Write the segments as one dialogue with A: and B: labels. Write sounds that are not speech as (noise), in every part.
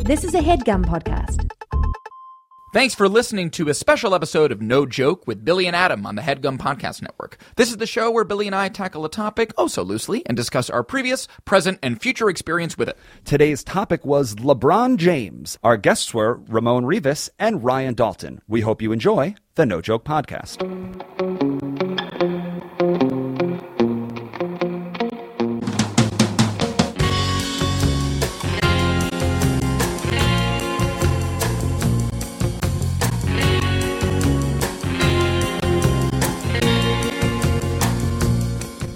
A: This is a headgum podcast.
B: Thanks for listening to a special episode of No Joke with Billy and Adam on the Headgum Podcast Network. This is the show where Billy and I tackle a topic, oh so loosely, and discuss our previous, present, and future experience with it.
C: Today's topic was LeBron James. Our guests were Ramon Rivas and Ryan Dalton. We hope you enjoy the No Joke Podcast.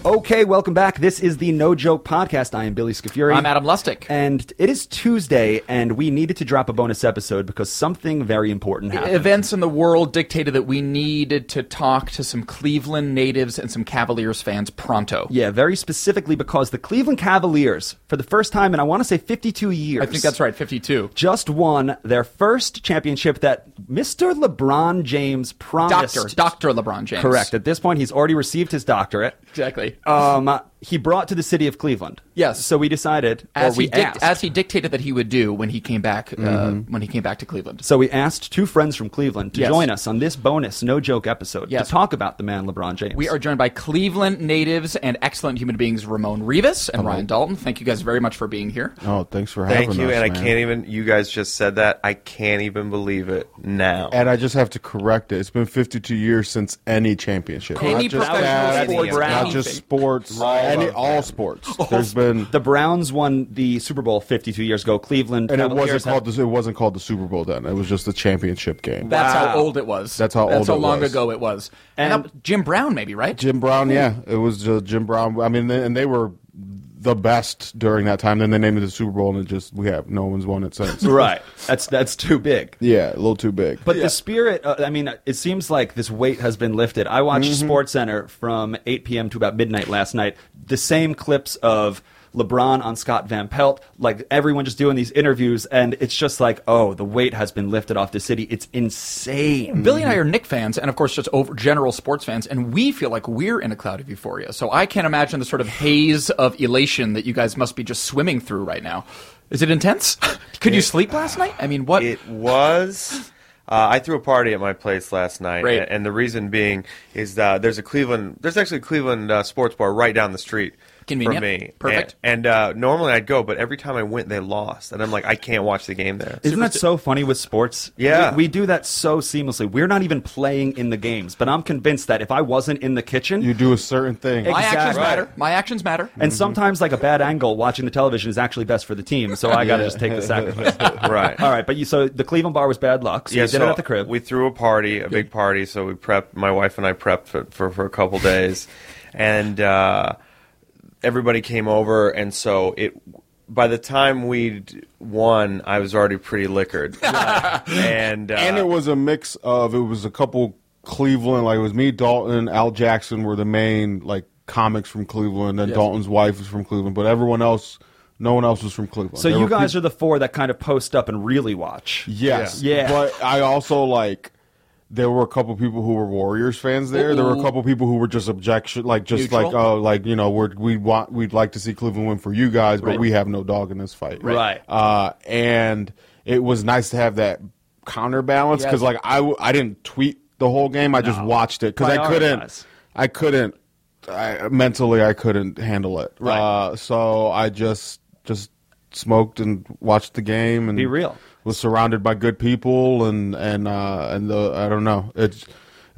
C: Okay, welcome back. This is the No Joke Podcast. I am Billy Scafuri.
B: I'm Adam Lustig.
C: And it is Tuesday, and we needed to drop a bonus episode because something very important happened.
B: Events in the world dictated that we needed to talk to some Cleveland natives and some Cavaliers fans pronto.
C: Yeah, very specifically because the Cleveland Cavaliers, for the first time in I want to say 52 years,
B: I think that's right, 52.
C: just won their first championship that Mr. LeBron James promised.
B: Doctor, Dr. LeBron James.
C: Correct. At this point, he's already received his doctorate.
B: Exactly.
C: Um, he brought to the city of Cleveland.
B: Yes.
C: So we decided,
B: as
C: or we
B: he dic-
C: asked. Mm-hmm.
B: as he dictated that he would do when he came back uh, when he came back to Cleveland.
C: so we asked two friends from Cleveland to
B: Yes.
C: join us on this bonus, no joke episode
B: Yes.
C: to talk about the man LeBron James.
B: We are joined by Cleveland natives and excellent human beings Ramon Rivas and Ryan Dalton. Thank you guys very much for being here.
D: Oh, thanks for having
E: Thank
D: us.
E: you, and I
D: man.
E: can't even. You guys just said that. I can't even believe it now.
D: And I just have to correct it. It's been 52 years since any championship.
B: Any
D: not just
B: professional
D: that,
E: sports,
D: not
B: anything.
D: just sports, any, all sports. There's been,
C: the Browns won the Super Bowl 52 years ago. Cleveland
D: and it
C: Cavaliers
D: wasn't
C: have-
D: called the it wasn't called the Super Bowl then. It was just the championship game.
B: That's how old it was.
D: That's how
B: That's
D: old
B: how
D: it
B: long
D: was.
B: ago it was. And,
C: And-
B: that- Jim Brown, maybe right?
D: Jim Brown, yeah, it was uh, Jim Brown. I mean, and they were the best during that time. Then they named it the Super Bowl, and it just we have no one's won it
C: (laughs)
D: since. (laughs)
C: right. That's that's too big.
D: Yeah, a little too big.
C: But the spirit, uh, I mean, it seems like this weight has been lifted. I watched
D: Mm-hmm.
C: Sports Center from 8 p.m. to about midnight last night. The same clips of LeBron on Scott Van Pelt, like everyone just doing these interviews, and it's just like, oh, the weight has been lifted off the city. It's insane.
B: Billy and I are Nick fans, and of course, just over general sports fans, and we feel like we're in a cloud of euphoria. So I can't imagine the sort of haze of elation that you guys must be just swimming through right now. Is it intense? (laughs) Could you sleep last night? I mean, what?
E: it was. Uh, I threw a party at my place last night,
B: Great.
E: and, and the reason being is that there's a Cleveland, there's actually a Cleveland uh, sports bar right down the street
B: Convenient.
E: from me.
B: Perfect.
E: And, and uh, normally I'd go, but every time I went, they lost, and I'm like, I can't watch the game there.
C: Isn't that so funny with sports?
E: Yeah.
C: We, we do that so seamlessly. We're not even playing in the games, but I'm convinced that if I wasn't in the kitchen,
D: you do a certain thing.
B: My actions
C: Exactly.
B: matter. My actions matter.
C: and
E: Mm-hmm.
C: sometimes like a bad angle watching the television is actually best for the team, so I got to
D: Yeah.
C: just take the sacrifice.
E: (laughs) Right.
C: All right, but you so the Cleveland bar was bad luck. So you did
E: so
C: it at the crib.
E: We threw a party, a big party. So we prepped. My wife and I prepped for for, for a couple days, and uh, everybody came over. And so it. By the time we'd won, I was already pretty liquored, and uh,
D: and it was a mix of it was a couple Cleveland, like it was me, Dalton, Al Jackson were the main like comics from Cleveland, and Dalton's wife was from Cleveland, but everyone else, no one else was from Cleveland.
C: so you guys are the four that kind of post up and really watch.
D: yes,
C: Yeah. Yeah.
D: But I also like. There were a couple people who were Warriors fans there. There were a couple people who were just objection, like just
B: Neutral.
D: like oh, like you know, we're, we want we'd like to see Cleveland win for you guys, but
C: Right.
D: we have no dog in this fight.
C: Right.
D: Uh, and it was nice to have that counterbalance
B: Yes.
D: because like I, w- I didn't tweet the whole game. I just watched it because I
C: Prioritize.
D: couldn't. I couldn't. I, mentally, I couldn't handle it.
C: Right.
D: Uh, so I just just smoked and watched the game and
C: Be real.
D: Was surrounded by good people and and uh, and the I don't know. It's it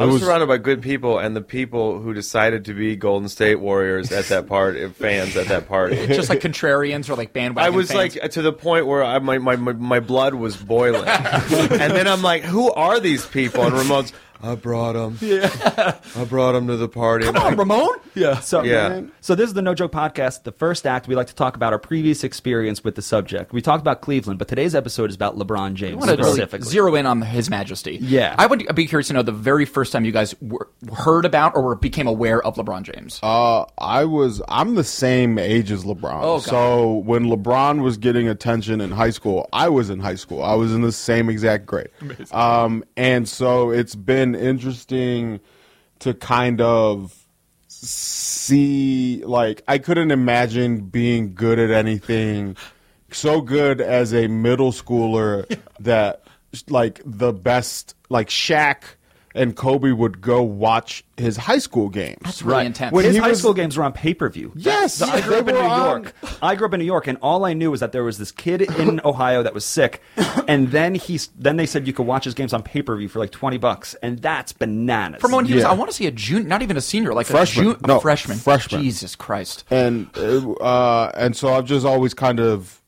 E: I was,
D: was
E: surrounded by good people, and the people who decided to be Golden State Warriors at that party, fans at that
B: (laughs)
E: party.
B: Just like contrarians or like bandwagon.
E: I was
B: fans.
E: like to the point where I, my, my my my blood was
B: (laughs)
E: boiling, and then I'm like, "Who are these people?" And Ramon's, "I brought them. Yeah, I brought them to the party."
B: come
E: (laughs)
B: on, Ramon.
C: Yeah. So,
E: Yeah.
C: so this is the No Joke Podcast. The first act, we like to talk about our previous experience with the subject. We talked about Cleveland, but today's episode is about LeBron James
B: want to really
C: specifically.
B: zero in on His Majesty.
C: Yeah.
B: I would be curious to know the very first time you guys were, heard about or were, became aware of LeBron James.
D: Uh, I was. I'm the same age as LeBron.
B: Oh, God.
D: so when LeBron was getting attention in high school, I was in high school. I was in the same exact grade. Um, and so it's been interesting to kind of see. Like I couldn't imagine being good at anything so good as a
B: (laughs)
D: middle schooler that like the best like Shaq and Kobe would go watch his high school games.
B: That's really intense.
D: When
C: his
D: he
C: high
D: was-
C: school games were on pay per view.
D: Yes,
C: I grew up
D: they
C: in New
D: were on-
C: York. I grew up in New York, and all I knew was that there was this kid
D: (coughs)
C: in Ohio that was sick, and then he then they said you could watch his games on pay per view for like twenty bucks, and that's bananas.
B: From when he was,
D: Yeah.
B: I want to say a junior, not even a senior, like
D: Freshman.
B: a, jun- a
D: No,
B: freshman.
D: freshman.
B: Jesus Christ.
D: and uh, and so I've just always kind of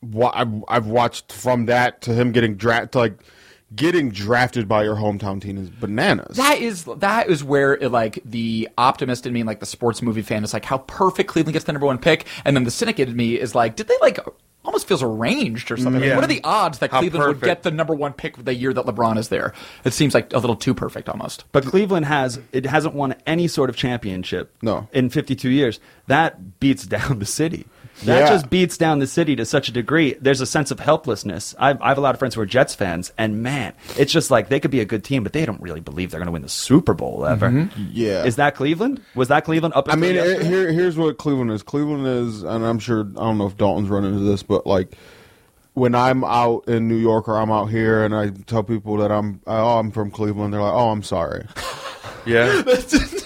D: wa- I've, I've watched from that to him getting drafted, like getting drafted by your hometown team is bananas.
B: That is that is where it, like the optimist in me, like the sports movie fan, is like how perfect Cleveland gets the number one pick, and then the cynic in me is like, did they like almost feels arranged or something? Like,
E: Yeah.
B: what are the odds that
E: How
B: Cleveland would get
E: perfect.
B: the number one pick the year that LeBron is there? It seems like a little too perfect almost.
C: But Cleveland has it hasn't won any sort of championship.
D: No.
C: in 52 years, that beats down the city. That
D: Yeah.
C: just beats down the city to such a degree. There's a sense of helplessness. I've, I have a lot of friends who are Jets fans, and man, it's just like they could be a good team, but they don't really believe they're going to win the Super Bowl ever.
D: Yeah.
C: is that Cleveland? Was that Cleveland up?
D: Mm-hmm. I mean,
C: until
D: it,
C: yesterday?
D: here, here's what Cleveland is. Cleveland is, and I'm sure I don't know if Dalton's running into this, but like when I'm out in New York or I'm out here, and I tell people that I'm oh I'm from Cleveland, they're like oh I'm sorry.
E: Yeah.
D: (laughs)
B: (laughs)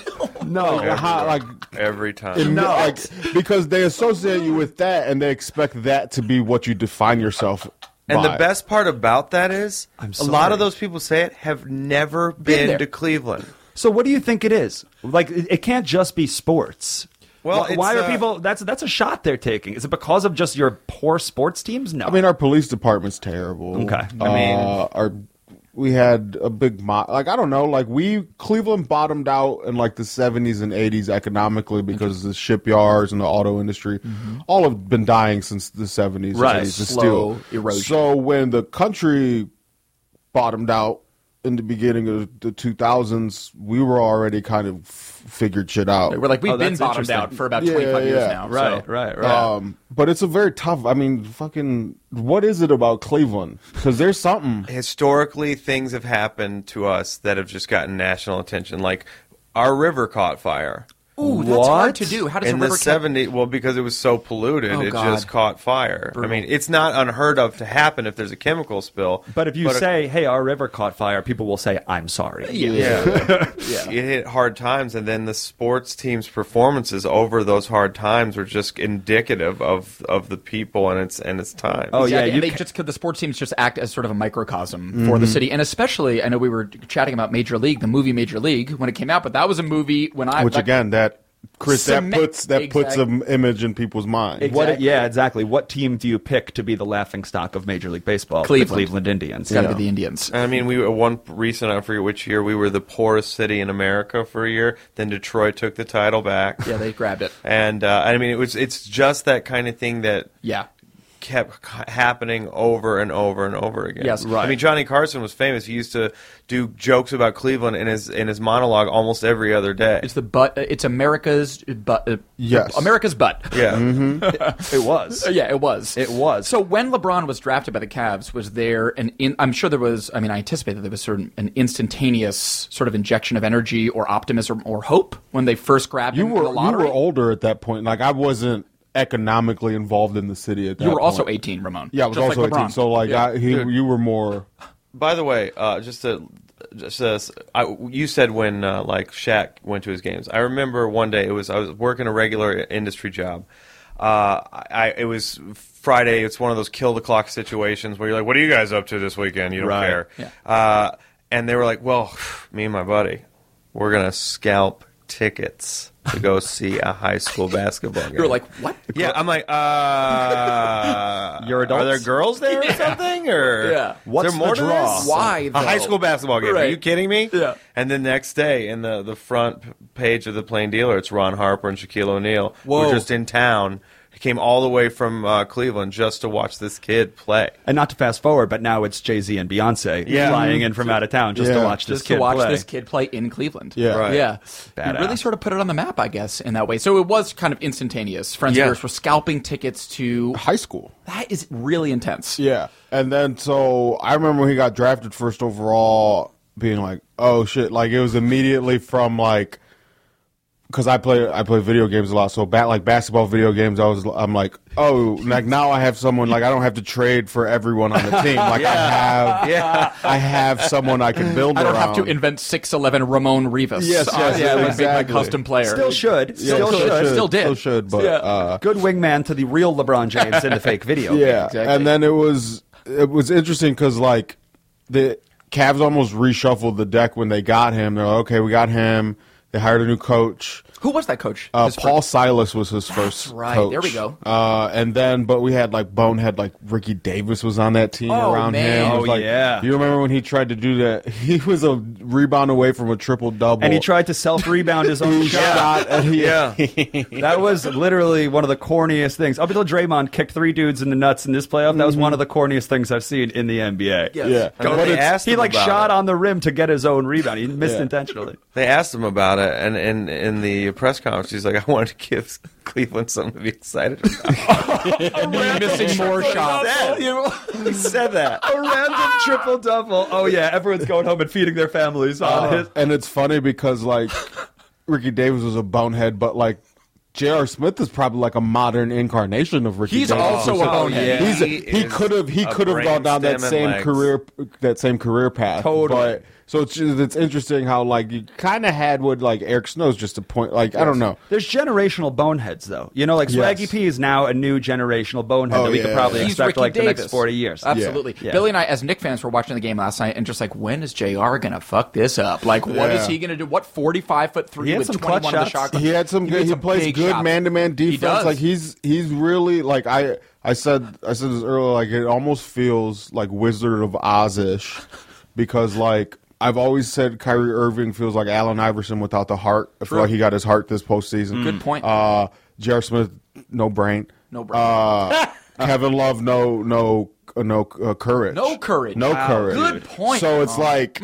D: No,
E: Everywhere.
D: how, like.
E: every
D: in-
E: time.
D: No, like because they associate you with that, and they expect that to be what you define yourself.
E: And the
D: by.
E: best part about that is
C: I'm
E: a lot
C: sorry.
E: of those people say it have never
B: Been
E: been,
B: there.
E: to Cleveland.
C: So what do you think it is? Like it, it can't just be sports.
E: Well,
C: why,
E: it's,
C: why are
E: uh,
C: people? That's that's a shot they're taking. Is it because of just your poor sports teams? No.
D: I mean, our police department's terrible.
C: Okay.
D: I
C: I
E: mean-
D: our we had a big mo- like I don't know, like we Cleveland bottomed out in like the seventies and eighties economically because the shipyards and the auto industry all have been dying since the seventies.
C: Right.
B: Slow erosion.
D: So when the country bottomed out in the beginning of the two thousands, we were already kind of f- figured shit out.
B: We're like we've
C: Oh,
B: been
C: that's
B: bottomed
C: interesting.
B: out for about
D: Yeah,
B: twenty five years
D: yeah.
B: now.
C: right,
B: so.
C: right, right,
D: Um, but it's a very tough. I mean, fucking, what is it about Cleveland? Because there's something.
E: Historically, things have happened to us that have just gotten national attention. Like our river caught fire.
B: Ooh, that's hard
C: What?
B: to do. How does
E: in
B: a river
E: the 70s well because it was so polluted
B: Oh,
E: it
B: God.
E: just caught fire
B: Brutal.
E: i mean it's not unheard of to happen if there's a chemical spill
C: But if you
B: uh,
E: a-
C: say, "Hey, our river caught fire," people will say, "I'm sorry." (laughs)
E: yeah, it hit hard times and then the sports team's performances over those hard times were just indicative of of the people and its and its time
C: Oh,
B: Exactly.
C: yeah,
B: and
C: you
B: they
C: ca-
B: just could the sports teams just act as sort of a microcosm for the city, and especially I know we were chatting about Major League, the movie Major League when it came out, but that was a movie when I
D: Which
B: that-
D: again, that Chris,
B: Cement-
D: that puts that puts
B: Exact-
D: an image in people's mind.
B: Exact-
C: What?
B: Exactly.
C: Yeah, exactly. What team do you pick to be the laughing stock of Major League Baseball? The
B: Cleveland.
C: Cleveland Indians.
B: it's got to
C: Yeah.
B: be the Indians.
E: I mean, we were one recent, I forget which year, we were the poorest city in America for a year. Then Detroit took the title back.
B: yeah, they grabbed it.
E: And, uh, I mean, it was it's just that kind of thing that
B: Yeah,
E: kept c- happening over and over and over again.
B: Yes. Right.
E: I mean, Johnny Carson was famous. He used to do jokes about Cleveland in his in his monologue almost every other day.
B: it's the butt. It's America's butt. Uh,
D: Yes.
B: America's butt.
E: yeah.
C: It was.
B: Uh, (laughs) yeah, it was.
C: It was.
B: Uh, So when LeBron was drafted by the Cavs, was there an? In, I'm sure there was. I mean, I anticipate that there was certain an instantaneous sort of injection of energy or optimism or hope when they first grabbed
D: you
B: him in
D: were
B: the lottery.
D: you were older at that point. Like I wasn't economically involved in the city at that.
B: You were also
D: point.
B: 18, Ramon.
D: Yeah, I was
B: just
D: also
B: like LeBron.
D: eighteen. So like,
B: Yeah.
D: I, he, you were more.
E: By the way, uh, just to, just to, I, you said when uh, like Shaq went to his games. I remember one day it was I was working a regular industry job. Uh, I it was Friday. It's one of those kill the clock situations where you're like, "What are you guys up to this weekend?" You don't
C: Right.
E: care.
B: Yeah.
E: Uh, and they were like, "Well, (sighs) me and my buddy, we're gonna scalp tickets to go see a high school basketball
B: (laughs)
E: game."
B: you were like, what?
E: Yeah, I'm like, uh,
C: (laughs) You're
E: Are there
C: adults? (laughs)
E: girls there or something? Or
B: Yeah.
E: is
C: What's
E: there more
C: the
E: to
C: draw?
E: this?
B: Why,
E: a high
B: though?
E: school basketball game?
B: Right.
E: Are you kidding me?
B: Yeah.
E: And the next day, in the the front p- page of the Plain Dealer, it's Ron Harper and Shaquille O'Neal. who
B: Whoa.
E: were just in town. Came all the way from uh, Cleveland just to watch this kid play.
C: And not to fast forward, but now it's Jay Z and Beyonce
E: Yeah.
C: flying in from out of town just
D: Yeah.
C: to watch this
B: Mm-hmm. just
C: kid
B: to watch
C: play.
B: this kid play in Cleveland.
D: Yeah. Right.
B: yeah.
C: Badass.
B: He really sort of put it on the map, I guess, in that way. So it was kind of instantaneous. Friends
E: Yeah.
B: of yours were scalping tickets to.
D: High school.
B: That is really intense.
D: Yeah. And then so I remember when he got drafted first overall being like, oh shit. Like it was immediately from like because I play I play video games a lot. So bat like basketball video games, I was I'm like, oh, like now I have someone like I don't have to trade for everyone on the team.
B: (laughs)
D: Like I have
E: Yeah.
D: I have someone I can build
B: I don't
D: around.
B: have to invent six eleven Ramon Rivas.
D: Yes, yes,
B: on-
D: yeah,
B: like, Make
D: exactly.
B: my custom player.
C: Still should.
D: Yeah,
C: Still
B: could,
C: should.
B: still did.
D: still should, but uh,
C: Good wingman to the real LeBron James in the fake video.
D: (laughs) yeah.
B: exactly.
D: And then it was it was interesting because like the Cavs almost reshuffled the deck when they got him. They're like, okay, we got him. They hired a new coach.
B: Who was that coach?
D: Uh,
B: His fir-
D: Paul Silas was his first
B: right.
D: coach.
B: There we go.
D: Uh, and then, but we had like Bonehead, like Ricky Davis was on that team
B: Oh,
D: around
B: man.
D: him. It was
C: Oh,
D: like-
C: yeah.
D: Do you remember when he tried to do that? (laughs) He was a rebound away from a triple double,
C: And he tried to self rebound his
D: (laughs)
C: own shot.
D: shot at he, (laughs)
E: Yeah.
C: That was literally one of the corniest things. Up until Draymond kicked three dudes in the nuts in this playoff, that was one of the corniest things I've seen in the
B: Yes.
C: NBA.
D: Mm-hmm. yeah.
E: I mean,
D: But
E: they
D: it's-
E: asked
C: He
E: him
C: like
E: about
C: shot
E: it.
C: on the rim to get his own rebound. He missed
D: Yeah.
C: intentionally.
E: (laughs) They asked him about it, and in in the press conference, he's like, "I wanted to give Cleveland something to be excited about."
B: missing more shots.
E: (laughs) he said that.
C: A random triple double. Oh yeah, everyone's going home and feeding their families on
D: Uh,
C: it.
D: and it's funny because like Ricky Davis was a bonehead, but like J.R. Smith is probably like a modern incarnation of Ricky.
B: He's
D: Davis.
B: also a
D: So
B: bonehead.
D: He's a,
E: He
D: he
E: is
D: could have he
E: a
D: could have gone down
E: brainstem
D: that
E: and
D: same
E: legs.
D: career that same career path.
C: Totally.
D: But, so it's just- it's interesting how like you kind of had what like Eric Snow's just a point. Like I don't know.
C: There's generational boneheads though. You know, like Swaggy
D: Yes.
C: P is now a new generational bonehead
D: Oh,
C: that we could
D: yeah.
C: probably
B: He's
C: expect
B: Ricky
C: like
B: Davis.
C: the next forty years.
B: Absolutely.
C: Yeah.
B: Billy and I, as Nick fans, were watching the game last night and just like, when is JR going to fuck this up? Like, what is
D: Yeah.
B: he going to do? What 45 foot
C: He
B: three
C: had
B: with
C: some
B: 21
C: clutch
B: on the
C: shots.
B: shot clock?
D: He had some
B: made
D: good. He plays
B: big
D: good
B: shots.
D: man to man defense.
B: does.
D: Like he's he's really like I I said I said this earlier. Like it almost feels like Wizard of Oz ish, because like I've always said Kyrie Irving feels like Allen Iverson without the heart. I feel like he got his heart this postseason.
B: Good point.
D: Uh, J.R. Smith, no brain.
B: No brain.
D: Uh, Kevin Love, no no uh, no uh, courage.
B: Uh-huh. No courage.
D: No
B: Wow,
D: courage.
B: good point.
D: So it's
B: Oh.
D: like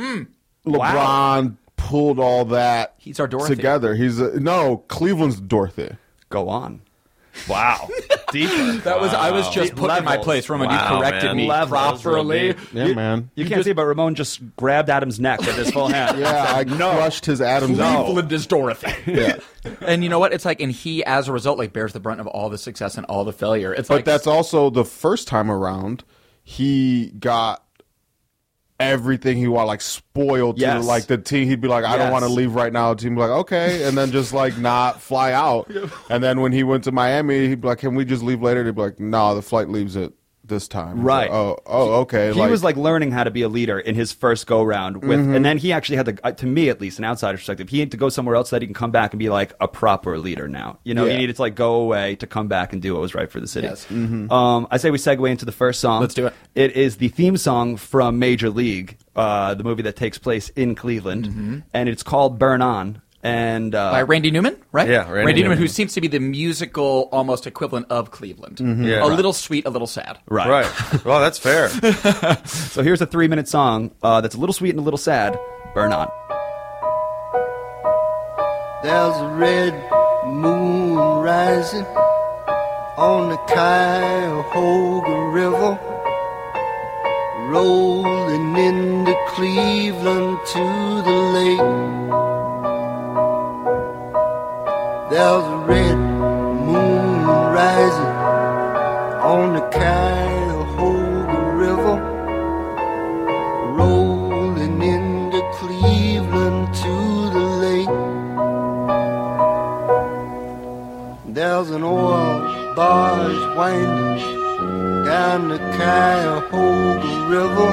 D: LeBron. Pulled all that
B: He's our Dorothy.
D: together. He's a, no Cleveland's Dorothy.
C: Go on. (laughs)
E: (laughs)
C: Wow. Deep.
B: That was I was just put in my
C: Levels.
B: place. Roman,
E: Wow,
B: you corrected
E: man.
B: me
C: Levels,
B: properly.
E: Roman.
D: Yeah, man.
C: You can't see, but Ramon just grabbed Adam's neck with his
D: (laughs)
C: full hand.
D: Yeah,
B: (laughs)
D: I crushed his Adam's apple.
B: Cleveland is Dorothy.
D: Yeah.
B: and you know what? It's like, and he, as a result, like bears the brunt of all the success and all the failure. It's
D: But
B: like
D: that's also the first time around he got everything he wanted, like spoiled
C: Yes.
D: to like the team. He'd be like, I don't
C: Yes.
D: want to leave right now. The team be like, okay, and then just like not fly
C: (laughs)
D: out. And then when he went to Miami, he'd be like, Can we just leave later? They'd be like, No, the flight leaves at this time. He's
C: Right.
D: like, oh, oh, okay.
C: He was like learning how to be a leader in his first go round with,
B: Mm-hmm.
C: and then he actually had to, uh, to me at least, an outsider perspective. He had to go somewhere else so that he can come back and be like a proper leader now. You know, he
D: Yeah.
C: needed to like go away to come back and do what was right for the city.
B: Yes. Mm-hmm.
C: Um, I say we segue into the first song.
B: Let's do it.
C: It is the theme song from Major League, uh, the movie that takes place in Cleveland, and it's called Burn On. And uh,
B: Mm-hmm. by Randy Newman, right?
E: Yeah,
B: Randy,
E: Randy
B: Newman, who
E: Newman.
B: seems to be the musical almost equivalent of Cleveland.
E: Mm-hmm. Yeah.
B: a little sweet, a little sad.
C: right.
E: Right. Well, that's fair.
C: So here's a three minute song uh, that's a little sweet and a little sad. Burn On.
F: There's a red moon rising on the Cuyahoga River, rolling into Cleveland to the lake. There's a red moon rising on the Cuyahoga River, rolling into Cleveland to the lake. There's an oil barge winding down the Cuyahoga River,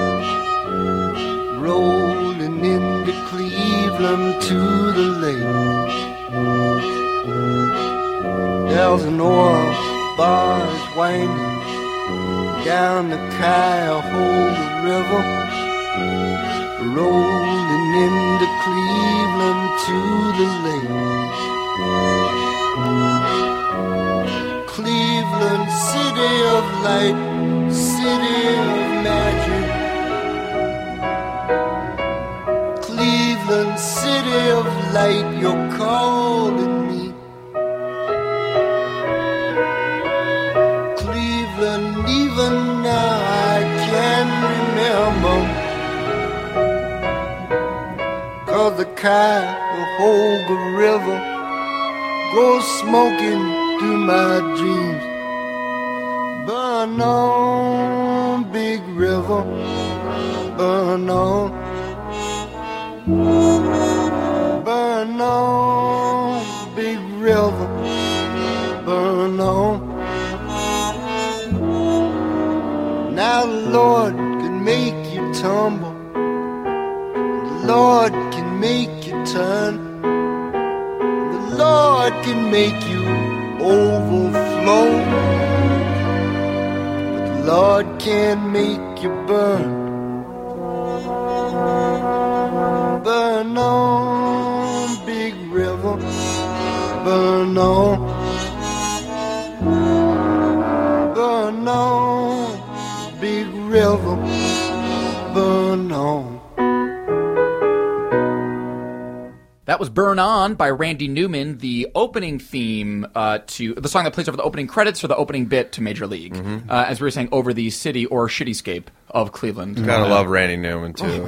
F: rolling into Cleveland to the lake. There's an oil barge winding down the Cuyahoga River, rolling into Cleveland to the lake. Cleveland, city of light, city of magic. Cleveland, city of light, you're calling me. Cleveland, even now I can remember. Cause the Cuyahoga River go smoking through my dreams. Burn on, big river, burn on. Burn on, big river, burn on. Now the Lord can make you tumble. The Lord can make you turn. The Lord can make you overflow. But the Lord can make you burn. Burn on, big river. Burn on. Burn on, big river. Burn on.
B: That was Burn On by Randy Newman, the opening theme uh, to the song that plays over the opening credits or the opening bit to Major League.
E: Mm-hmm.
B: Uh, as we were saying, over the city or cityscape of Cleveland.
E: Gotta love Randy Newman too.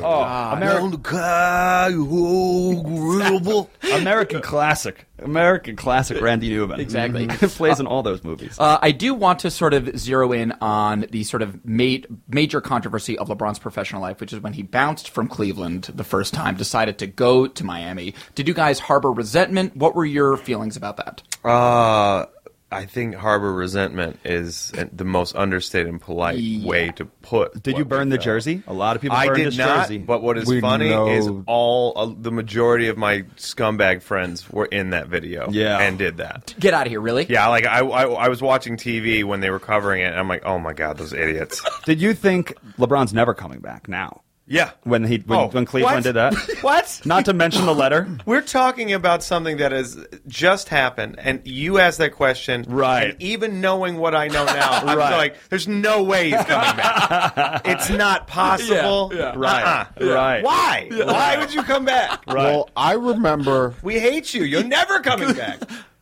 C: American classic. American classic Randy Newman. (laughs)
B: Exactly.
C: Mhm. Plays in all those movies.
B: Uh, I do want to sort of zero in on the sort of ma- major controversy of LeBron's professional life, which is when he bounced from Cleveland the first time, decided to go to Miami. Did you guys harbor resentment? What were your feelings about that?
E: (laughs) Uh, I think harbor resentment is uh, the most understated and polite way to put.
C: did
E: what
C: you
E: we
C: burn the
E: felt.
C: jersey? A lot of people
E: I
C: burned
E: did
C: his
E: not.
C: jersey.
E: But what is
D: We
E: funny is
D: know.
E: all uh, the majority of my scumbag friends were in that video.
C: Yeah.
E: and did that.
B: Get out of here, really?
E: Yeah, like I, I, I was watching TV when they were covering it, and I'm like, oh my god, those idiots.
C: did you think LeBron's never coming back now?
E: yeah,
C: When he when,
E: Oh,
C: when Cleveland
E: what?
C: did
E: (laughs)
C: that?
E: what?
C: Not to mention the
E: (laughs)
C: letter.
E: We're talking about something that has just happened, and you asked that question.
C: Right.
E: And even knowing what I know
C: (laughs)
E: now, I'm
C: Right.
E: like, there's no way he's coming back.
C: (laughs)
E: it's not possible.
B: yeah.
C: Right,
E: Uh-uh.
C: right.
E: Why? Why would you
C: (laughs)
E: come back?
D: Well, I remember
E: We hate you. You're
C: (laughs)
E: never coming back.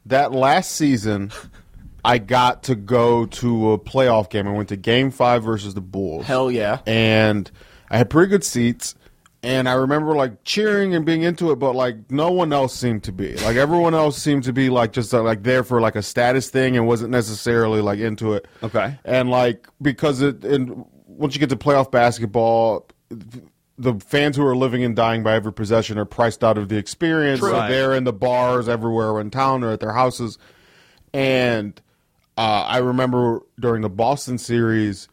D: that last season, I got to go to a playoff game. I went to Game Five versus the Bulls.
B: Hell yeah.
D: and I had pretty good seats. And I remember like cheering and being into it, but like no one else seemed to be. Like everyone else seemed to be like just uh, like there for like a status thing and wasn't necessarily like into it.
C: Okay.
D: And like because it and once you get to playoff basketball, the fans who are living and dying by every possession are priced out of the experience. So
C: Right.
D: they're in the bars everywhere in town or at their houses. And uh, I remember during the Boston series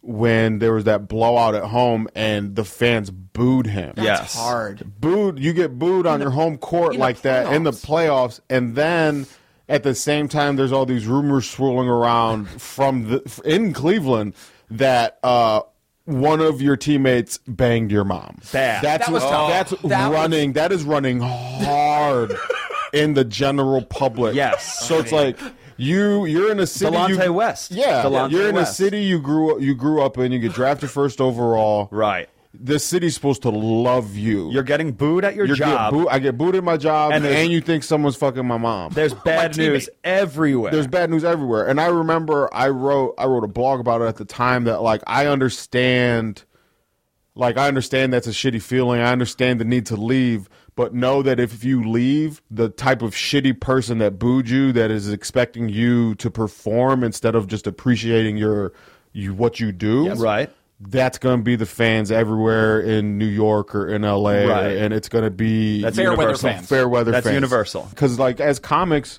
D: when there was that blowout at home and the fans booed him.
C: yes.
B: Hard.
D: Booed, you get booed on your home court
B: in the
D: like that in the playoffs. And then at the same time, there's all these rumors swirling around from the, in Cleveland that, uh, one of your teammates banged your mom.
C: Bad.
D: That's
B: That was
D: what-
B: tough.
D: that's
B: That was-
D: running. That is running hard
B: (laughs)
D: in the general public.
C: Yes.
D: So it's like you you're in a city
C: Delonte
D: you,
C: West.
D: Yeah,
C: Delonte
D: you're in a
C: West.
D: city you grew you grew up in. You get drafted first overall.
C: Right.
D: The city's supposed to love you.
C: You're getting booed at your
D: You get
C: job.
D: boo- I get booed at my job,
C: And
D: and,
C: there's-
D: you think someone's fucking my mom.
C: There's bad news everywhere.
D: There's bad news everywhere. And I remember I wrote I wrote a blog about it at the time that like I understand like I understand that's a shitty feeling. I understand the need to leave, but know that if you leave, the type of shitty person that booed you that is expecting you to perform instead of just appreciating your you what you do.
C: Right.
D: That's going to be the fans everywhere in New York or in LA
C: Right.
D: and it's going to be
C: That's
B: Fair weather
C: universal.
B: fans.
D: fair weather
C: That's
D: fans.
C: universal.
D: Because like as comics,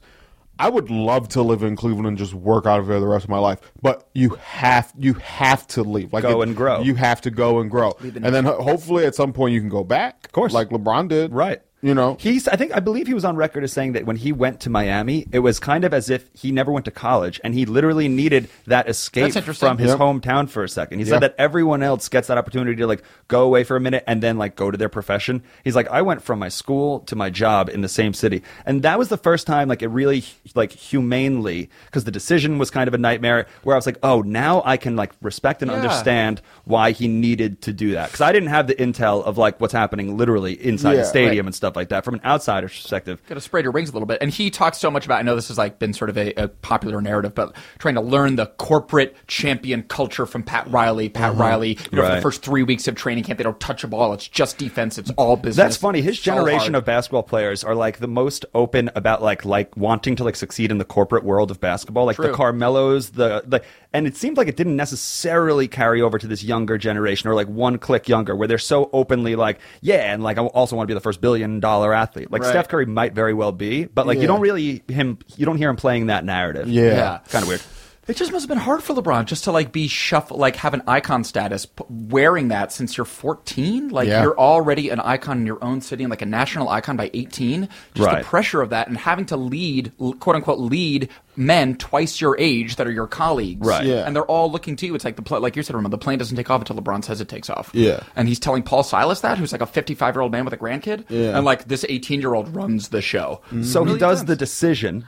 D: I would love to live in Cleveland and just work out of there the rest of my life. But you have you have to leave. Like
C: Go and grow.
D: You have to go and grow. And then ho- hopefully at some point you can go back. Of
C: course.
D: like LeBron did.
C: Right.
D: You know.
C: He's I think I believe he was on record as saying that when he went to Miami, it was kind of as if he never went to college and he literally needed that escape
B: That's interesting.
C: from his
D: Yep.
C: hometown for a second. He
D: Yeah.
C: said that everyone else gets that opportunity to like go away for a minute and then like go to their profession. He's like I went from my school to my job in the same city. And that was the first time like it really like humanely because the decision was kind of a nightmare where I was like, "Oh, now I can like respect and
B: Yeah.
C: understand why he needed to do that." Cuz I didn't have the intel of like what's happening literally inside
D: Yeah,
C: the stadium
D: right.
C: and stuff stuff like that from an outsider's perspective.
B: Got to spread your wings a little bit. And he talks so much about. I know this has like been sort of a, a popular narrative, but trying to learn the corporate champion culture from Pat Riley. Pat
C: Mm-hmm.
B: Riley, you know, for the
C: Right.
B: first three weeks of training camp, they don't touch a ball. It's just defense. It's all business.
C: That's funny. His
B: It's so
C: generation
B: hard.
C: of basketball players are like the most open about like like wanting to like succeed in the corporate world of basketball. Like
B: True.
C: the Carmelos, the like, and it seemed like it didn't necessarily carry over to this younger generation or like one click younger, where they're so openly like, yeah, and like I also want to be the first billion dollar athlete. Like
B: Right.
C: Steph Curry might very well be, but like
D: Yeah.
C: you don't really him you don't hear him playing that narrative.
D: Yeah.
C: kind of weird.
B: It just must have been hard for LeBron just to like be shuffle, like have an icon status, p- wearing that since you're 14. Like
D: Yeah.
B: you're already an icon in your own city and like a national icon by 18. Just
C: Right.
B: the pressure of that and having to lead, l- quote unquote, lead men twice your age that are your colleagues.
C: Right.
D: Yeah.
B: And they're all looking to you. It's like the pl- like you said, Ramon, the plane doesn't take off until LeBron says it takes off.
D: Yeah.
B: And he's telling Paul Silas that, who's like a 55 year old man with a grandkid.
D: Yeah.
B: And like this 18 year old runs the show.
C: So he
B: Really
C: does
B: intense.
C: the decision.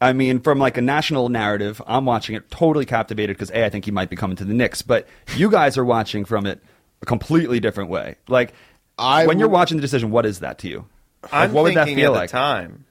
C: I mean, from like a national narrative, I'm watching it totally captivated because a, I think he might be coming to the Knicks, but you guys are watching from it a completely different way. Like
D: I
C: when you're
D: would-
C: watching the decision, what is that to you? Like,
E: I'm
C: what would that
E: thinking
C: feel
E: at
C: like?
E: the time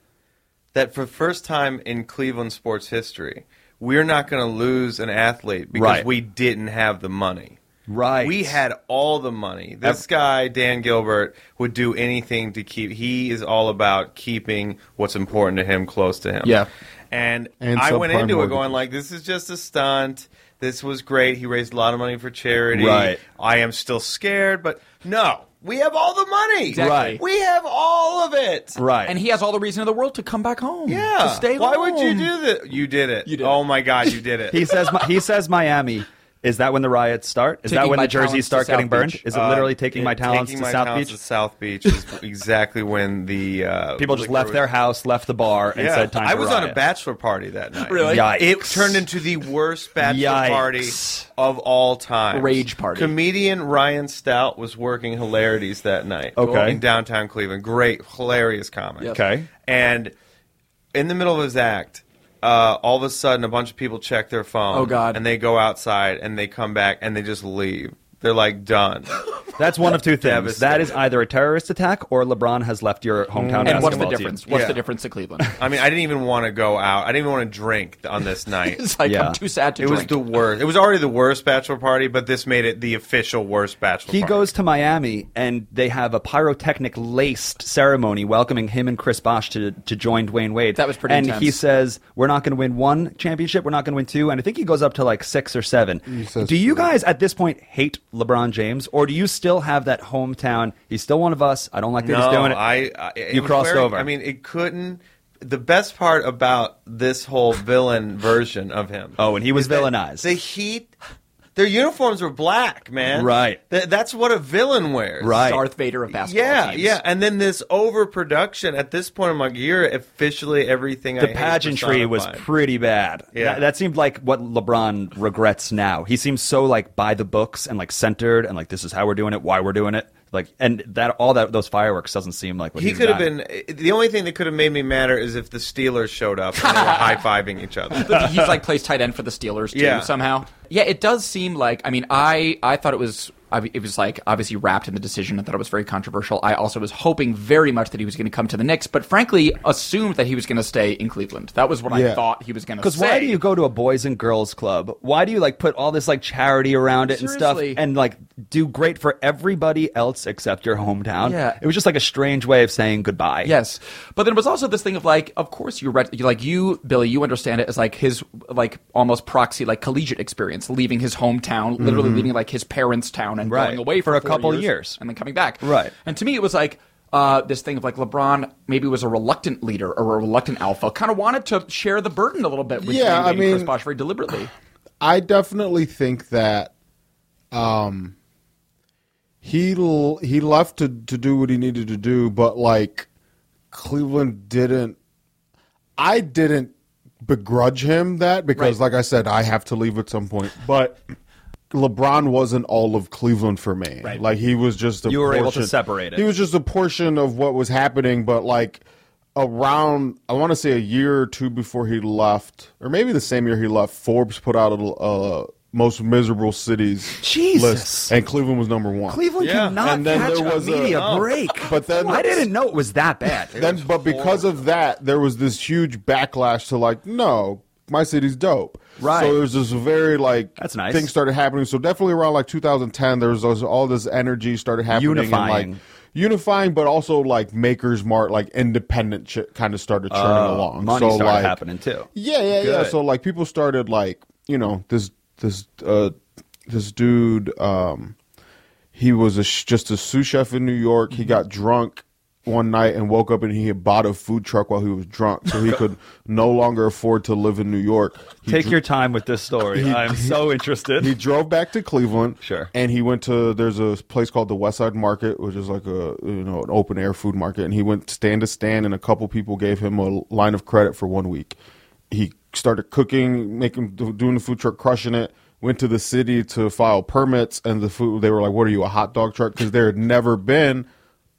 E: that for the first time in Cleveland sports history, we're not going to lose an athlete because
C: Right.
E: we didn't have the money.
C: Right.
E: We had all the money. This
C: Ev-
E: guy, Dan Gilbert, would do anything to keep. He is all about keeping what's important to him close to him.
B: Yeah.
E: And,
D: And
E: I went
D: subprime
E: into it
D: mortgages.
E: going like, this is just a stunt. This was great. He raised a lot of money for charity.
C: Right.
E: I am still scared, but no, we have all the money.
B: Exactly. Right.
E: We have all of it.
C: Right.
B: And he has all the reason in the world to come back home.
E: Yeah.
B: To stay
E: Why would you
B: home.
E: do that? You did it.
B: You did
E: oh
B: it.
E: my God, you did
C: (laughs)
E: it.
C: he says Mi- he says Miami. Is that when the riots start? Is that
B: Taking
C: when
B: my
C: the jerseys
B: talents to
C: start
B: South
C: getting burned?
B: Beach.
C: Is it literally taking
E: Uh, It-
C: my talents
E: taking
C: to
E: my
C: South
E: talents
C: Beach?
E: to South
C: (laughs)
E: Beach is exactly when the uh,
C: People just
E: liquor
C: left
E: was-
C: their house, left the bar, and
E: Yeah.
C: said, "Time."
E: I
C: to
E: was on a
C: riot."
E: bachelor party that night.
B: Really?
E: It
C: Yikes.
E: turned into the worst bachelor
C: Yikes.
E: party of all time.
B: Rage party.
E: Comedian Ryan Stout was working hilarities that night.
C: Okay.
E: In downtown Cleveland. Great, hilarious comic.
C: Okay.
E: And in the middle of his act, uh, all of a sudden, a bunch of people check their phone.
B: Oh, God.
E: And they go outside and they come back and they just leave. They're like done.
C: That's one of two things. That
E: Devastated.
C: is either a terrorist attack or LeBron has left your hometown.
B: And what's the
C: basketball team.
B: difference? What's
E: Yeah.
B: the difference to Cleveland? (laughs)
E: I mean, I didn't even want to go out. I didn't even want to drink th-
C: (laughs)
E: on this night.
B: it's like
C: Yeah.
B: I'm too sad to
E: it was
B: drink.
E: the worst. It was already the worst bachelor party, but this made it the official worst bachelor.
C: He
E: party.
C: goes to Miami and they have a pyrotechnic laced ceremony welcoming him and Chris Bosh to, to join Dwayne Wade.
B: That was pretty
C: And
B: intense.
C: he says, We're not going to win one championship. We're not going to win two. And I think he goes up to like six or seven.
D: says
C: Do you
D: three.
C: guys at this point hate LeBron James or do you still have that hometown? He's still one of us. I don't like that
E: No,
C: he's doing it.
E: I, I it
C: You
E: was
C: crossed
E: wearing-
C: over.
E: I mean, it couldn't. The best part about this whole villain version of him.
C: Oh, and he was
E: is that
C: villainized.
E: The Heat, their uniforms were black, man.
C: Right.
E: Th- that's what a villain wears.
C: Right.
B: Darth Vader of basketball.
E: Yeah,
B: teams.
E: yeah, and then this overproduction at this point, I'm like, you're officially everything. I
C: the
E: hate
C: pageantry was
E: personified.
C: pretty bad.
E: Yeah.
C: That, that seemed like what LeBron regrets now. He seems so like by the books and like centered and like this is how we're doing it, why we're doing it. Like and that all that those fireworks doesn't seem like what
E: He
C: he's
E: could have
C: got.
E: been. eh, The only thing that could have made me madder is if the Steelers showed up and
C: (laughs)
E: they were high fiving each other.
B: But he's like plays tight end for the Steelers too
E: Yeah.
B: somehow. Yeah, it does seem like. I mean, I I thought it was. I, it was like obviously wrapped in the decision. I thought it was very controversial. I also was hoping very much that he was going to come to the Knicks, but frankly, assumed that he was going to stay in Cleveland. That was what I
D: Yeah.
B: thought he was going to.
C: because why do you go to a boys and girls club? Why do you like put all this like charity around it and
B: Seriously.
C: stuff and like do great for everybody else except your hometown?
B: Yeah.
C: it was just like a strange way of saying goodbye.
B: Yes, but then it was also this thing of like, of course you read, you- like you, Billy, you understand it as like his like almost proxy like collegiate experience, leaving his hometown, literally
D: Mm-hmm.
B: leaving like his parents' town and
C: Right.
B: going away
C: For
B: for,
C: a
B: four
C: couple
B: years,
C: years.
B: and then coming back.
C: Right.
B: And to me, it was like. Uh, this thing of like LeBron maybe was a reluctant leader or a reluctant alpha, kind of wanted to share the burden a little bit with
D: Yeah,
B: Dwayne Wade
D: I
B: and Chris
D: mean-
B: Bosh very
D: (sighs)
B: deliberately.
D: I definitely think that um, he l- he left to to do what he needed to do, but like Cleveland didn't. I didn't begrudge him that because,
B: Right.
D: like I said, I have to leave at some point, but. LeBron wasn't all of Cleveland for me.
B: Right.
D: Like he was just a
C: You were able to
D: portion-
C: separate it.
D: He was just a portion of what was happening, but like around I want to say a year or two before he left, or maybe the same year he left, Forbes put out a little, uh, most miserable cities
G: Jesus.
D: list, and Cleveland was number one.
G: Cleveland
E: Yeah.
G: cannot
D: And then
G: catch
D: there was
G: a
D: a-
G: media
D: No.
G: break.
D: But then-
G: I didn't know it was that bad.
D: then, but because of that, there was this huge backlash to like, no, my city's dope.
G: Right.
D: So there's this very like
G: That's nice.
D: things started happening. So definitely around like 2010, there was those- all this energy started happening. and,
G: Unifying.
D: like, unifying, but also like makers mart, like independent shit kind of started churning
G: Uh,
D: along.
C: money
D: so
C: started
D: like,
C: happening too.
D: Yeah, yeah, yeah.
C: Good.
D: So like people started like you know this this uh this dude um he was a sh- just a sous chef in New York.
C: Mm-hmm.
D: He got drunk one night and woke up and he had bought a food truck while he was
C: (laughs)
D: drunk, so he could no longer afford to live in New York. He
C: Take
D: dr-
C: your time with this story. I'm so interested.
D: he drove back to Cleveland.
C: Sure.
D: And he went to there's a place called the West Side Market, which is like a you know an open air food market. And he went stand to stand, and a couple people gave him a line of credit for one week. He started cooking, making doing the food truck, crushing it. Went to the city to file permits, and the food they were like, "What are you, a hot dog truck?" Because there had never been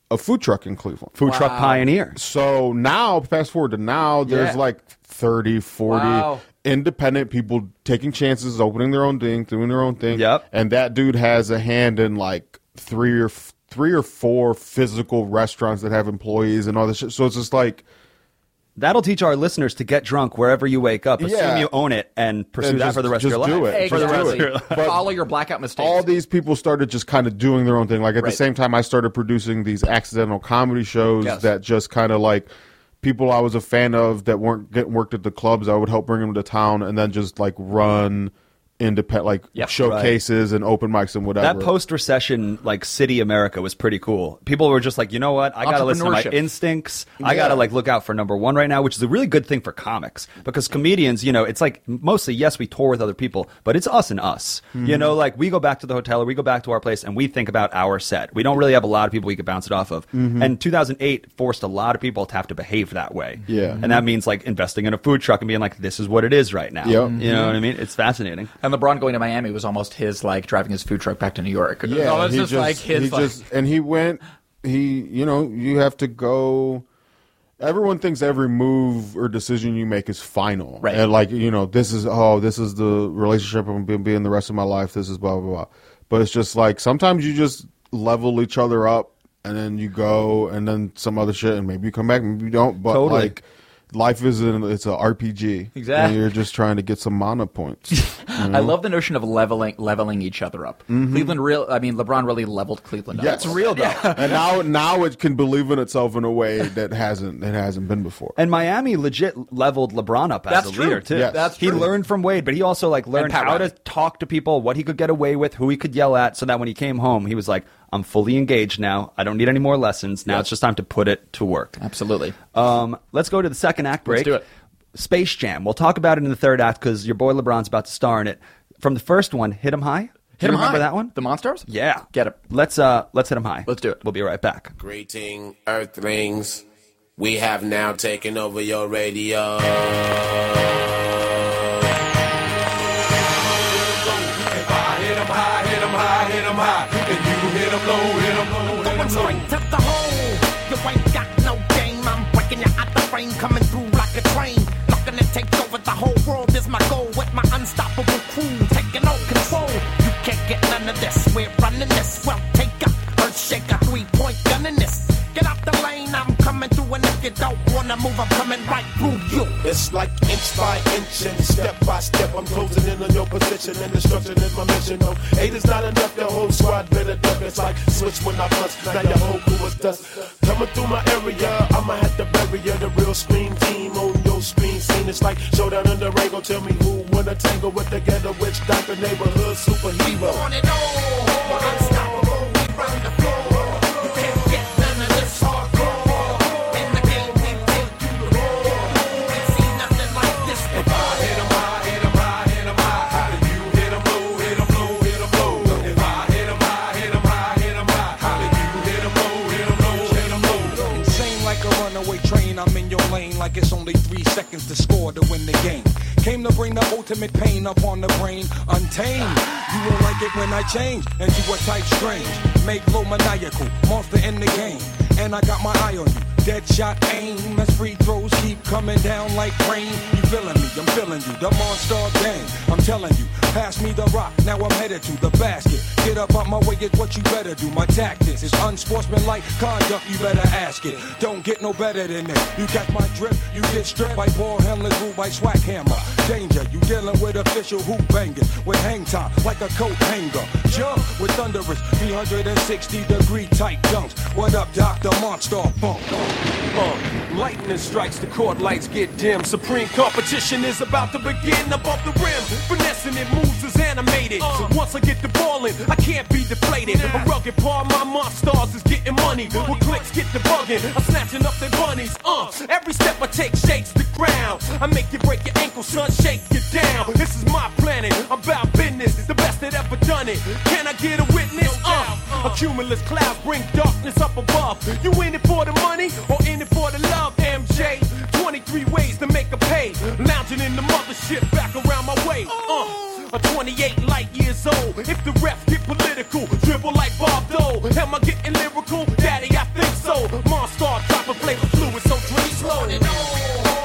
D: a food truck in Cleveland.
C: Food truck pioneer.
D: So now, fast forward to now, there's
C: Yeah.
D: like 30, 40
B: Wow.
D: independent people taking chances, opening their own thing, doing their own thing.
C: Yep.
D: And that dude has a hand in like three or f- three or four physical restaurants that have employees and all this shit. So it's just like
C: That'll teach our listeners to get drunk wherever you wake up. Assume
D: Yeah.
C: you own it and pursue
D: And
C: that
D: just-
C: for the rest
D: just
C: of your
D: do
C: life.
D: it.
C: For the rest
B: Exactly.
C: of your life.
D: But-
B: Follow your blackout mistakes.
D: all these people started just kind of doing their own thing. Like at
B: Right.
D: the same time, I started producing these accidental comedy shows
B: Yes.
D: that just kind of like people I was a fan of that weren't getting worked at the clubs. I would help bring them to town and then just like run independent, like
B: Yep.
D: showcases and open mics and whatever.
C: That post recession, like city America, was pretty cool. People were just like, you know what? I gotta listen to my
B: Entrepreneurship.
C: instincts. I gotta like look out for number one right now, which is a really good thing for comics because comedians, you know, it's like mostly yes, we tour with other people, but it's us and us.
D: Hmm.
C: You know, like we go back to the hotel or we go back to our place and we think about our set. We don't really have a lot of people we could bounce it off of.
D: Mm-hmm.
C: And 2008 forced a lot of people to have to behave that way.
D: Yeah.
C: and that means like investing in a food truck and being like, this is what it is right now.
D: Yep. Mm-hmm.
C: You know what I mean? It's fascinating.
B: and LeBron going to Miami was almost his like driving his food truck back to New York. no, that's
D: he
B: just, like
D: he
B: his like,
D: just- and he went. He, you know, you have to go. Everyone thinks every move or decision you make is final,
B: Right.
D: And like you know, this is oh, this is the relationship I'm gonna be in the rest of my life. This is blah blah blah. But it's just like sometimes you just level each other up, and then you go, and then some other shit, and maybe you come back, maybe you don't. But
C: Totally.
D: like, life is an it's a RPG,
B: Exactly.
D: And you're just trying to get some
B: (laughs)
D: mana points.
B: I
C: Mm-hmm.
B: love the notion of leveling leveling each other up. Cleveland real I mean LeBron really leveled Cleveland up.
D: Yes. That's real,
B: though.
D: and now now it can believe in itself in a way that hasn't that hasn't been before.
C: And Miami legit leveled LeBron up as
B: That's
C: a
B: true.
C: leader too.
D: Yes. That's
C: he
D: true.
C: learned from Wade, but he also like learned
B: And Pat
C: how to
B: Riley.
C: talk to people, what he could get away with, who he could yell at, so that when he came home, he was like, "I'm fully engaged now. I don't need any more lessons. Now it's just time to put it to work."
B: Absolutely.
C: Um, let's go to the second act
B: Let's
C: break.
B: do it.
C: Space Jam. We'll talk about it in the third act because your boy LeBron's about to star in it. From the first one, Hit 'Em High. Do
B: Hit
C: you
B: 'em
C: remember
B: high.
C: that one?
B: The Monstars?
C: yeah,
B: Get 'em.
C: Let's uh, let's hit 'em high.
B: Let's do it.
C: We'll be right back.
H: Greeting, Earthlings. We have now taken over your radio.
I: Going straight to the hole. You ain't got no game. I'm breaking you out the frame, coming through like a train. Looking to take over the whole world is my goal. With my unstoppable crew, taking all control. You can't get none of this. We're running this. Well, take up, earth shaker, three point gunning this. Get out the lane, I'm coming through, and if you don't wanna move, I'm coming right through you.
F: It's like inch by inch and step by step. I'm closing in on your position and destruction is my mission. No, eight is not enough. The whole squad better duck. It's like switch when I bust. Now your whole crew is dust. Coming through my area, I'ma have to bury ya. The real screen team on your screen scene. It's like showdown in the Rango. Tell me who wanna tangle with the ghetto witch doctor neighborhood superhero.
I: on and on. We're unstoppable. We run the floor. You can't get none of this hardcore. In the game, we take you to war. You ain't seen nothing like this before.
J: Same like a runaway train, I'm in your lane like it's only three seconds to score to win the game. Came to bring the ultimate pain upon the brain, untamed. You won't like it when I change into a type strange. Make low maniacal, monster in the game. And I got my eye on you, dead shot aim. As free throws keep coming down like rain. You feeling me, I'm feeling you, the monster gang. I'm telling you,
F: Pass me the rock, now I'm headed to the basket. Get up out my way is what you better do. My tactics is unsportsmanlike conduct, you better ask it. Don't get no better than this. You catch my drip, you get stripped by ball handlers, ruled by swag hammer. Danger, you dealing with official hoop bangers with hang time like a coat hanger. Jump with thunderous 360 degree tight dunks. What up, Dr. Monster Funk?
I: Uh, lightning strikes, the court lights get dim. Supreme competition is about to begin above the rim. Finessing it moves is animated. Once I get the ball in, I can't be deflated. A rugged part my monsters is getting money. When clicks get the bugging, I'm snatching up their bunnies. Uh, every step I take shakes the ground. I make you break your ankle, son, shake you down. This is my planet, I'm about business. The best that ever done it. Can I get a witness? Uh, a cumulus cloud bring darkness up above. You in it for the money or in it for the love, MJ? 23 ways to make a pay. Lounging in the mothership back around my way. Uh, I'm 28 light years old. If the ref get political, dribble like Bob Dole. Am I getting lyrical? Daddy, I think so. Monster dropping flavor fluid, so drink slow.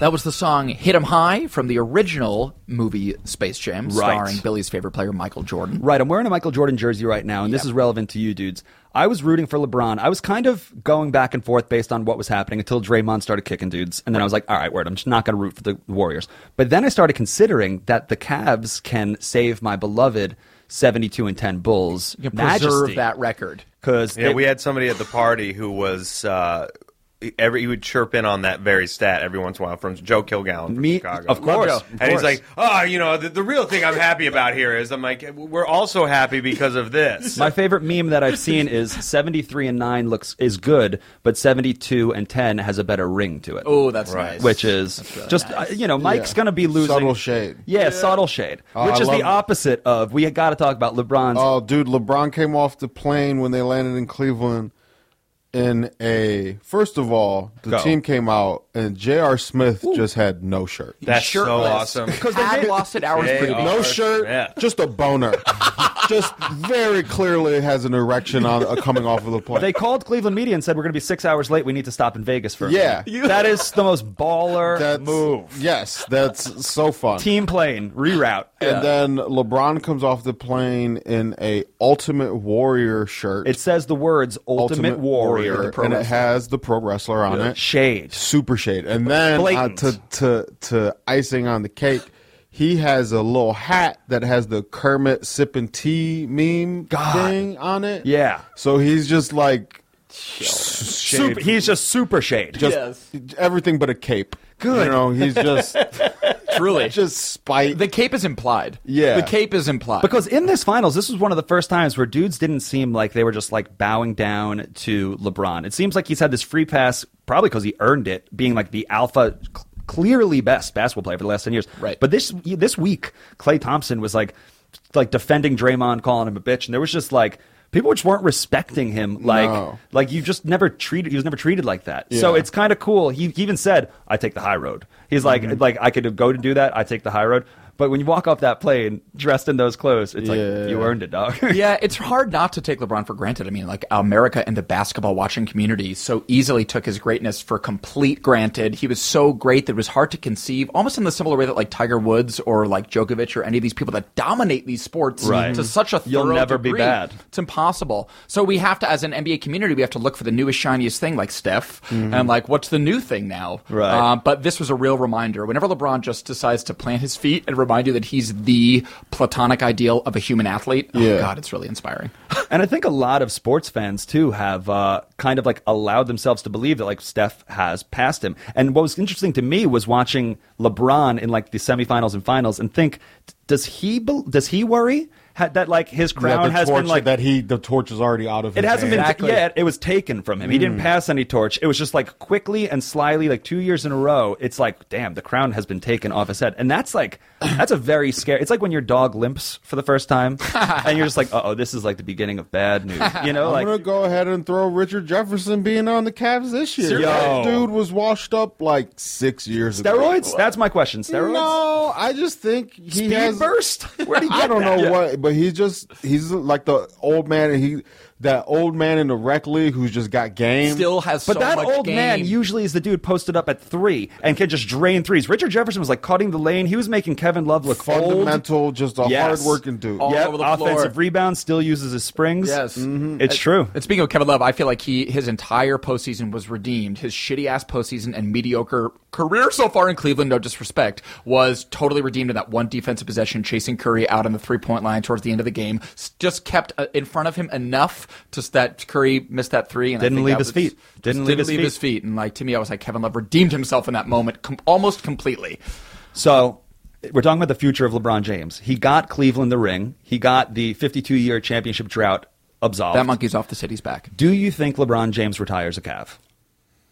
B: That was the song Hit 'em High from the original movie Space Jam, starring Billy's favorite player, Michael Jordan.
C: Right, I'm wearing a Michael Jordan jersey right now, and this is relevant to you dudes. I was rooting for LeBron. I was kind of going back and forth based on what was happening until Draymond started kicking dudes, and then I was like, all right, word, I'm just not going to root for the Warriors. But then I started considering that the Cavs can save my beloved 72 and 10 Bulls.
B: You can preserve that record.
C: Because
E: Yeah, we had somebody at the party who was uh, every he would chirp in on that very stat every once in a while from Joe Kilgallen from
C: Me-
E: Chicago.
C: of course,
E: and
C: of
E: he's
C: course.
E: like, "Oh, you know, the, the real thing I'm happy about here is I'm like, we're also happy because of this."
C: My favorite meme that I've seen is (laughs) 73 and 9 looks is good, but 72 and 10 has a better ring to it.
B: Oh, that's
E: Right.
B: nice.
C: which is just uh, you know Mike's
D: Yeah.
C: going to be losing
D: Subtle shade.
C: Yeah, subtle shade,
D: Oh,
C: which
D: I
C: is
D: love
C: the
D: it.
C: opposite of we got to talk about LeBron's.
D: Oh, dude, LeBron came off the plane when they landed in Cleveland in a first of all, the
C: Go.
D: team came out and J.R. Smith just had no shirt.
E: That's
B: shirtless.
C: (laughs)
E: so awesome.
B: Because they did. lost it hours
E: They
B: previous.
E: are-
D: no shirt,
E: yeah.
D: just
C: (laughs)
D: a boner. just very clearly has an erection on uh, coming off of the plane.
C: They called Cleveland media and said we're going to be six hours late. We need to stop in Vegas for a
D: Yeah.
C: minute." (laughs) that is the most baller
D: (laughs) that's,
C: move.
D: Yes, that's so fun.
C: Team plane reroute.
D: and then LeBron comes off the plane in a Ultimate Warrior shirt.
C: it says the words "Ultimate, Warrior."
D: and it has the pro wrestler on it.
C: Shade.
D: super shade. And then uh,
C: Blatant.
D: to to to icing on the cake, he has a little hat that has the Kermit sipping tea meme
C: God.
D: thing on it.
C: Yeah.
D: So he's just like s- shade.
C: Super, he's just super shade.
D: just everything but a cape. Good. You know,
C: (laughs)
D: he's just
B: Truly.
D: just spite.
B: the cape is implied.
D: Yeah.
B: The cape is implied.
C: Because in this finals, this was one of the first times where dudes didn't seem like they were just like bowing down to LeBron. It seems like he's had this free pass, probably because he earned it, being like the alpha, cl- clearly best basketball player for the last ten years.
B: Right.
C: But this this week, Clay Thompson was like like defending Draymond, calling him a bitch, and there was just like. People just weren't respecting him, like
D: No.
C: like you just never treated. He was never treated like that. So
D: Yeah.
C: it's
D: Mm-hmm.
C: kind of cool. He, he even said, "I take the high road." He's like like I could go to do that. I take the high road. But when you walk off that plane dressed in those clothes, it's
D: Yeah.
C: like you earned it, dog. (laughs)
B: yeah, it's hard not to take LeBron for granted. I mean, like America and the basketball watching community so easily took his greatness for complete granted. He was so great that it was hard to conceive, almost in the similar way that like Tiger Woods or like Djokovic or any of these people that dominate these sports
C: Right.
B: to such a
C: You'll
B: thorough
C: never be
B: degree.
C: bad.
B: It's impossible. So we have to, as an NBA community, we have to look for the newest, shiniest thing, like Steph, and like what's the new thing now.
C: Mm-hmm. Right.
B: Uh, but this was a real reminder. Whenever LeBron just decides to plant his feet and remind you that he's the platonic ideal of a human athlete, oh
D: Yeah.
B: god, it's really inspiring.
C: And I think a lot of sports fans too have uh, kind of like allowed themselves to believe that like Steph has passed him. And what was interesting to me was watching LeBron in like the semifinals and finals and think, does he bel does he worry Ha- that like his crown
D: the
C: has
D: torch
C: been like
D: that he the torch is already out of
C: it
D: his
C: hasn't been
D: hand.
B: Exactly.
C: yeah it was taken from him. He
D: Mm.
C: didn't pass any torch. It was just like quickly and slyly like two years in a row. It's like damn the crown has been taken off his head. And that's
D: (coughs)
C: like that's a very scary. It's like when your dog limps for the first
D: (laughs)
C: time and you're just like uh oh this is like the beginning of bad news. You know
D: I'm
C: like
D: gonna go ahead and throw Richard Jefferson being on the Cavs this year.
C: Yo.
D: That dude was washed up like six years ago.
C: Steroids? That's my question. Steroids?
D: No, I just think he
C: Speed
D: has
C: burst? (laughs) Where did he
D: I
C: get
D: don't
C: that?
D: know what, but he's just he's like the old man. And he that old man in the rec league who's just got game.
B: Still has,
C: But
B: so
C: that
B: much
C: old
B: game.
C: man usually is the dude posted up at three and can just drain threes. Richard Jefferson was like cutting the lane. He was making Kevin Love look
D: fundamental,
C: old.
D: just a
C: Yes.
D: hardworking dude.
B: All
C: Yep,
B: over the floor.
C: offensive rebound still uses his springs. Mm-hmm.
B: Yes.
D: Mm-hmm.
B: Mhm.
C: it's true.
B: And speaking of Kevin Love, I feel like he his entire postseason was redeemed. His shitty ass postseason and mediocre career so far in Cleveland, no disrespect, was totally redeemed in that one defensive possession, chasing Curry out on the three point line towards the end of the game. S- Just kept uh, in front of him enough to s- that Curry missed that three and I
C: Didn't
B: think
C: leave
B: that
C: his
B: was-
C: feet.
B: just
C: Didn't leave his feet.
B: And like to me, I was like Kevin Love redeemed himself in that moment com- almost completely.
C: So we're talking about the future of LeBron James. He got Cleveland the ring. He got the 52 year championship drought absolved.
B: That monkey's off the city's back.
C: Do you think LeBron James retires a Cav?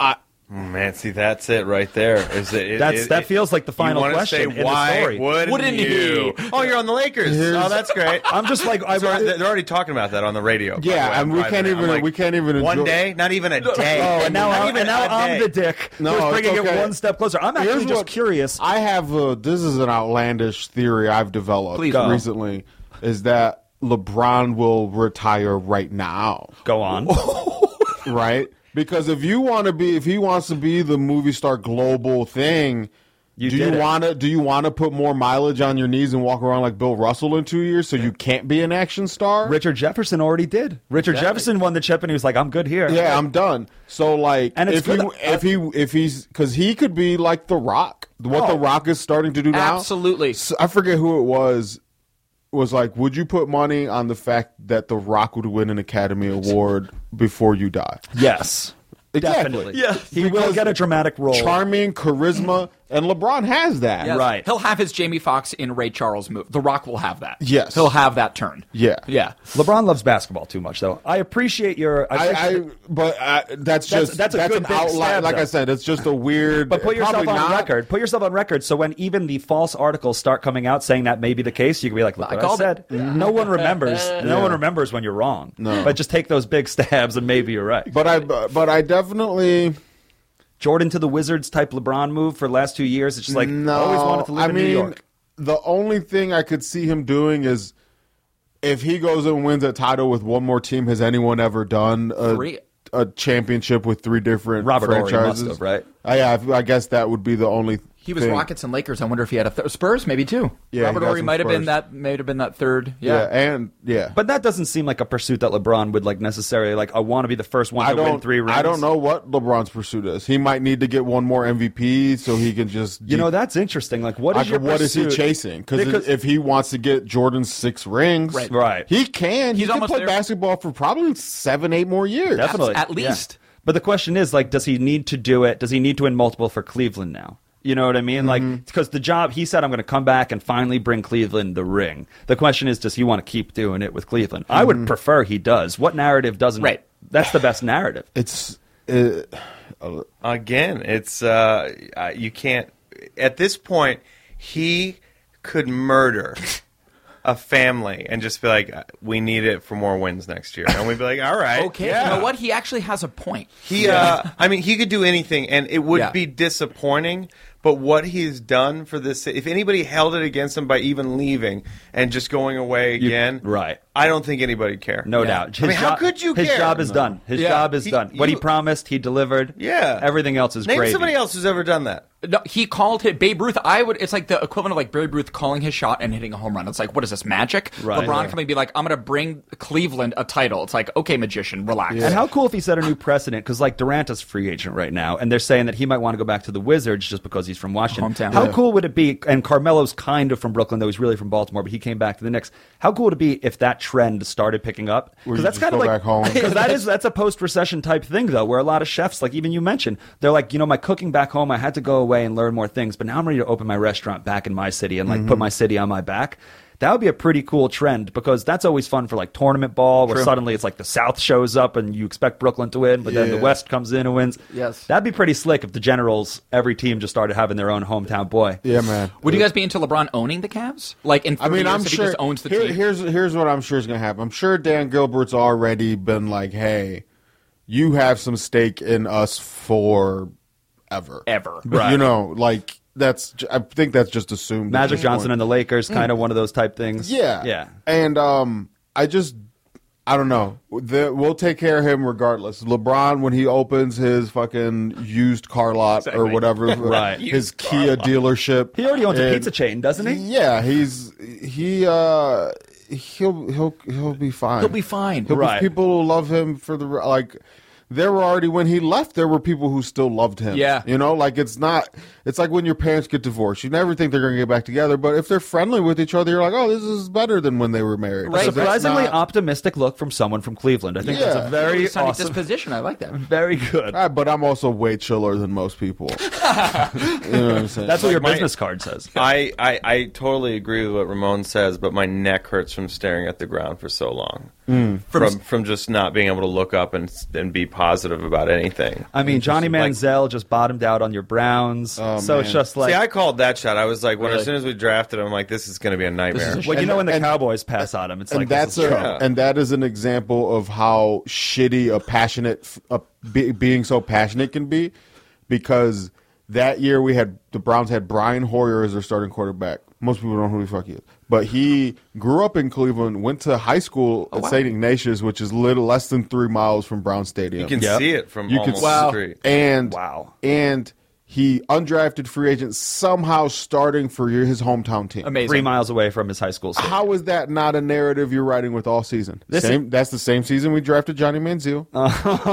E: Oh, Man, see, that's it right there. Is that it,
C: That's-
E: it-
C: that
E: it-
C: feels like the
E: you
C: final
E: wanna
C: question
E: say,
C: in the
E: why
C: story.
E: Wouldn't,
B: Wouldn't
E: you?
B: he?
E: Oh, you're on the Lakers. oh, that's great.
C: I'm just like
D: (laughs)
C: I,
E: So they're they're already talking about that on the radio. by
D: Yeah,
E: the way.
D: and we
E: I'm
D: can't
E: driving.
D: even-
E: I'm like,
D: we can't even
E: one
D: enjoy-
E: day, not even a day.
C: Oh, and now,
E: (laughs) Not
C: I'm,
E: even
C: and now
E: a
C: I'm
E: day.
C: the dick.
D: No,
C: who's bringing
D: it's
C: it
D: okay.
C: one step closer. I'm actually
D: Here's
C: just
D: what- (laughs)
C: curious.
D: I have a. This is an outlandish theory I've developed
B: Please
C: go.
D: recently. Is that LeBron will retire right now?
C: Go on.
D: right? Because if you want to be, if he wants to be the movie star global thing,
C: You
D: do
C: did
D: you
C: it.
D: want to? Do you want to put more mileage on your knees and walk around like Bill Russell in two years so you can't be an action star?
C: Richard Jefferson already did. Richard Jefferson won the chip, and he was like, "I'm good here."
D: yeah, I'm done. So like,
C: And it's
D: if he,
C: good-
D: if he, if he's, because he could be like The Rock. What
C: Oh.
D: The Rock is starting to do now?
B: Absolutely.
D: So I forget who it was. Was like, would you put money on the fact that The Rock would win an Academy Award before you die?
C: Yes. Definitely.
D: Yes.
C: He will
D: Because
C: get a dramatic role.
D: charming, charisma, and LeBron has that.
B: Yes.
C: Right.
B: He'll have his Jamie Foxx in Ray Charles move. The Rock will have that.
D: Yes.
B: He'll have that turn.
D: Yeah.
B: Yeah.
C: LeBron loves basketball too much, though. I appreciate your. I,
D: I,
C: appreciate-
D: I but I, that's
C: That's-
D: just
C: that's
D: that's,
C: a good
D: an
C: big stab,
D: outline. Like
C: though.
D: I said, it's just a weird.
C: but put yourself on
D: probably not-
C: record. Put yourself on record. So when even the false articles start coming out saying that may be the case, you can be like, "Look,
B: I
C: what I
B: called
C: said."
B: it.
C: No one
D: (laughs)
C: remembers. No one remembers when you're wrong. No. But just take those big stabs, and maybe you're right.
D: But I but I definitely
C: Jordan to the Wizards type LeBron move for the last two years. It's just like
D: no.
C: I always wanted to live
D: I
C: in
D: mean,
C: New York.
D: the only thing I could see him doing is if he goes and wins a title with one more team. Has anyone ever done a,
B: Three.
D: a championship with three different
C: Robert Ory must
D: franchises?
C: have, right?
D: I, I, I guess that would be the only.
B: He was
D: thing.
B: Rockets and Lakers. I wonder if he had a th- Spurs, maybe too.
D: Yeah,
B: Robert
D: he got
B: Ory
D: some
B: might have been
D: Spurs.
B: that. Might have been that third.
D: Yeah.
B: Yeah.
D: and yeah,
C: But that doesn't seem like a pursuit that LeBron would like necessarily like. I want to be the first one
D: I
C: to
D: don't.
C: win three rings.
D: I don't know what LeBron's pursuit is. He might need to get one more MVP so he can just.
C: You know that's interesting. Like, what is
D: Like,
C: your
D: what is he
C: pursuit?
D: chasing? Because if he wants to get Jordan's six rings,
B: Right.
C: Right.
D: he can.
B: He's
D: he can
B: almost
D: play
B: there.
D: basketball for probably seven, eight more years.
C: definitely
B: at
C: yeah.
B: least.
C: But the question is, like, does he need to do it? Does he need to win multiple for Cleveland now? You know what I mean?
E: Mm-hmm.
C: Like, because the job he said, I'm going to come back and finally bring Cleveland the ring. The question is, does he want to keep doing it with Cleveland? I
E: Mm-hmm.
C: would prefer he does. What narrative doesn't?
B: Right.
C: That's the best narrative.
D: It's uh,
E: Again, it's uh, uh, you can't. At this point, he could murder a family and just be like, "We need it for more wins next year," and we'd be like, "All right,
B: Okay.
E: yeah."
B: You know what? He actually has a point.
E: He, uh, I mean, he could do anything, and it would
B: Yeah.
E: be disappointing. But what he's done for this, if anybody held it against him by even leaving and just going away again,
C: right.
E: I don't think anybody'd care.
C: No
E: Yeah.
C: doubt.
E: I mean, how
C: job-
E: could you
C: His
E: care?
C: job is done. His
B: Yeah.
C: job is
E: He-
C: done. What he
E: you-
C: promised, he delivered.
E: Yeah.
C: Everything else is
E: Name
C: gravy.
E: somebody else who's ever done that.
B: No, he called hit Babe Ruth. I would. It's like the equivalent of like Babe Ruth calling his shot and hitting a home run. It's like, what is this magic?
C: Right.
B: LeBron
C: Right.
B: coming and be like, I'm gonna bring Cleveland a title. It's like, okay, magician, relax.
C: And how cool if he set a new precedent because like Durant is free agent right now, and they're saying that he might want to go back to the Wizards just because he's from Washington.
B: Hometown.
C: How
B: Yeah.
C: cool would it be? And Carmelo's kind of from Brooklyn, though he's really from Baltimore, but he came back to the Knicks. How cool would it be if that trend started picking up?
D: Where you
C: that's
D: just
C: kind of
D: go
C: like (laughs)
D: back home.
C: because that is that's a post recession type thing though, where a lot of chefs, like even you mentioned, they're like, you know, my cooking back home, I had to go away and learn more things, but now I'm ready to open my restaurant back in my city and like
D: Mm-hmm.
C: put my city on my back. That would be a pretty cool trend because that's always fun for like tournament ball, where suddenly it's like the South shows up and you expect Brooklyn to win, but then the
D: Yeah.
C: West comes in and wins.
B: Yes.
C: that'd be pretty slick if the Generals, every team just started having their own hometown boy.
D: Yeah, man.
B: Would you guys be into LeBron owning the Cavs? Like in 30
D: I mean,
B: years
D: I'm
B: if
D: sure.
B: he just owns the
D: here-
B: team.
D: Here's here's what I'm sure is gonna happen. I'm sure Dan Gilbert's already been like, "Hey, you have some stake in us for ever,
B: Ever.
D: You know, like that's. j- I think that's just assumed. at
C: Magic
D: this
C: Johnson
D: point. Mm.
C: and the Lakers, kind of one of those type things.
D: Yeah.
C: yeah.
D: And um I just I don't know. The, we'll take care of him regardless. LeBron when he opens his fucking used car lot or whatever
C: (laughs) Right.
D: his Kia dealership.
C: He already owns a
D: and-
C: pizza chain, doesn't he?
D: Yeah, he's he uh he'll he'll he'll be fine.
B: He'll be fine.
D: He'll be-
C: Right.
D: people will love him for the like there were already when he left there were people who still loved him.
B: Yeah.
D: You know, like it's not it's like when your parents get divorced. You never think they're going to get back together, but if they're friendly with each other, you're like, "Oh, this is better than when they were married."
B: Right.
D: So that's
C: Surprisingly
D: not-
C: optimistic look from someone from Cleveland. I think that's a
D: Yeah.
C: very
B: Sunny
C: awesome,
B: disposition. I like that.
C: (laughs) very good.
D: Ah, but I'm also way chiller than most people. (laughs) you know what I'm saying?
C: That's what your
E: my-
C: business card says.
E: I, I, I totally agree with what Ramon says, but my neck hurts from staring at the ground for so long.
C: Mm.
E: From, from just not being able to look up and and be positive about anything.
C: I mean, Johnny
E: Like-
C: Manziel just bottomed out on your Browns, so it's
D: man.
C: just like
E: See, I called that shot. I was like, when
C: Really?
E: as soon as we drafted, I'm like, this is going to be a nightmare.
C: well, you
D: And-
C: know, when the
D: and-
C: Cowboys pass on him, it's
D: and
C: like
D: that's
C: this is
D: a,
C: true.
D: and that is an example of how shitty a passionate f- a be, being so passionate can be because that year we had the Browns had Brian Hoyer as their starting quarterback. Most people don't know who the fuck he is, but he grew up in Cleveland, went to high school
E: Oh,
D: at St. Ignatius, which is little less than three miles from Brown Stadium.
E: You can
C: Yep.
E: see it from
D: You could
E: almost
D: wow.
E: the street.
D: and
C: Wow.
D: and he undrafted free agent somehow starting for your, his hometown team.
B: Amazing.
C: three miles away from his high school.
D: (laughs)
C: Stadium.
D: How is that not a narrative you're writing with all season?
C: This
D: same, that's the same season we drafted Johnny Manziel.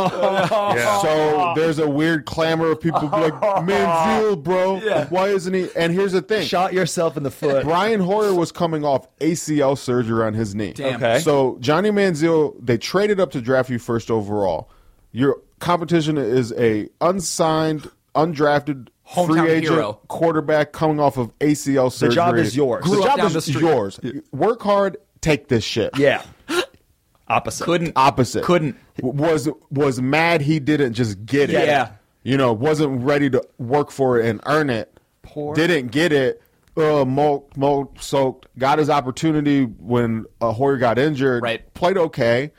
E: Yeah.
D: so there's a weird clamor of people be like, Manziel, bro, why isn't he? And here's the thing.
C: Shot yourself in the foot.
D: Brian Hoyer was coming off ACL surgery on his knee.
B: Damn.
C: Okay.
D: So Johnny Manziel, they traded up to draft you first overall. Your competition is a unsigned, undrafted
B: Hometown
D: free agent
B: hero.
D: quarterback coming off of ACL surgery.
C: job is yours.
D: The
B: Grew up
D: job
B: down
D: is
B: the street.
D: yours. Work hard, take this shit.
C: yeah, opposite.
B: Couldn't.
D: Opposite.
B: Couldn't.
D: W- Was was mad he didn't just get it.
B: Yeah.
D: You know, wasn't ready to work for it and earn it. Poor. Didn't get it. Uh, mulk, mulk, soaked. Got his opportunity when uh, Hoyer got injured.
B: Right.
D: Played okay,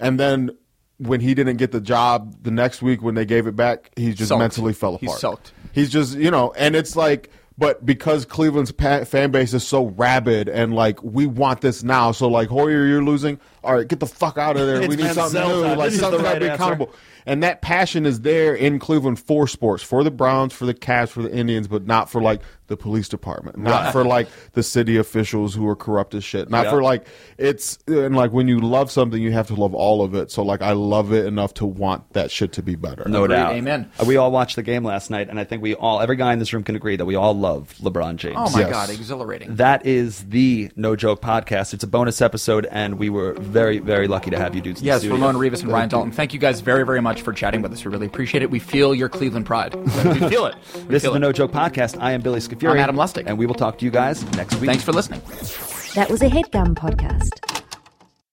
D: and then when he didn't get the job the next week when they gave it back, he just
B: Sulked.
D: mentally fell apart.
B: He sulked.
D: He's just you know, and it's like, but because Cleveland's pa- fan base is so rabid and like we want this now, so like Hoyer, you're losing. All right, get the fuck out of there.
C: It's
D: we need something
C: Manziel
D: new,
C: time.
D: like
C: This is the
D: something
C: right
D: to be
C: answer.
D: accountable. And that passion is there in Cleveland for sports, for the Browns, for the Cavs, for the Indians, but not for like the police department, not for like the city officials who are corrupt as shit, not
C: Yeah.
D: for like it's and like when you love something, you have to love all of it. So like I love it enough to want that shit to be better.
C: No
B: Agreed.
C: doubt.
B: Amen.
C: Uh, We all watched the game last night, and I think we all, every guy in this room, can agree that we all love LeBron James.
B: Oh my
D: Yes.
B: god, exhilarating.
C: That is the No Joke podcast. It's a bonus episode, and we were very, very lucky to have you dudes. In
B: Yes,
C: the studio.
B: Ramon Rivas and Ryan Dalton. Thank you guys very, very much for chatting with us. We really appreciate it. We feel your Cleveland pride. (laughs) We feel it. We
C: This is
B: feel
C: the
B: it.
C: No Joke podcast. I am Billy Scafuri.
B: I'm Adam Lustig.
C: and we will talk to you guys next week.
B: Thanks for listening.
A: That was a headgum podcast.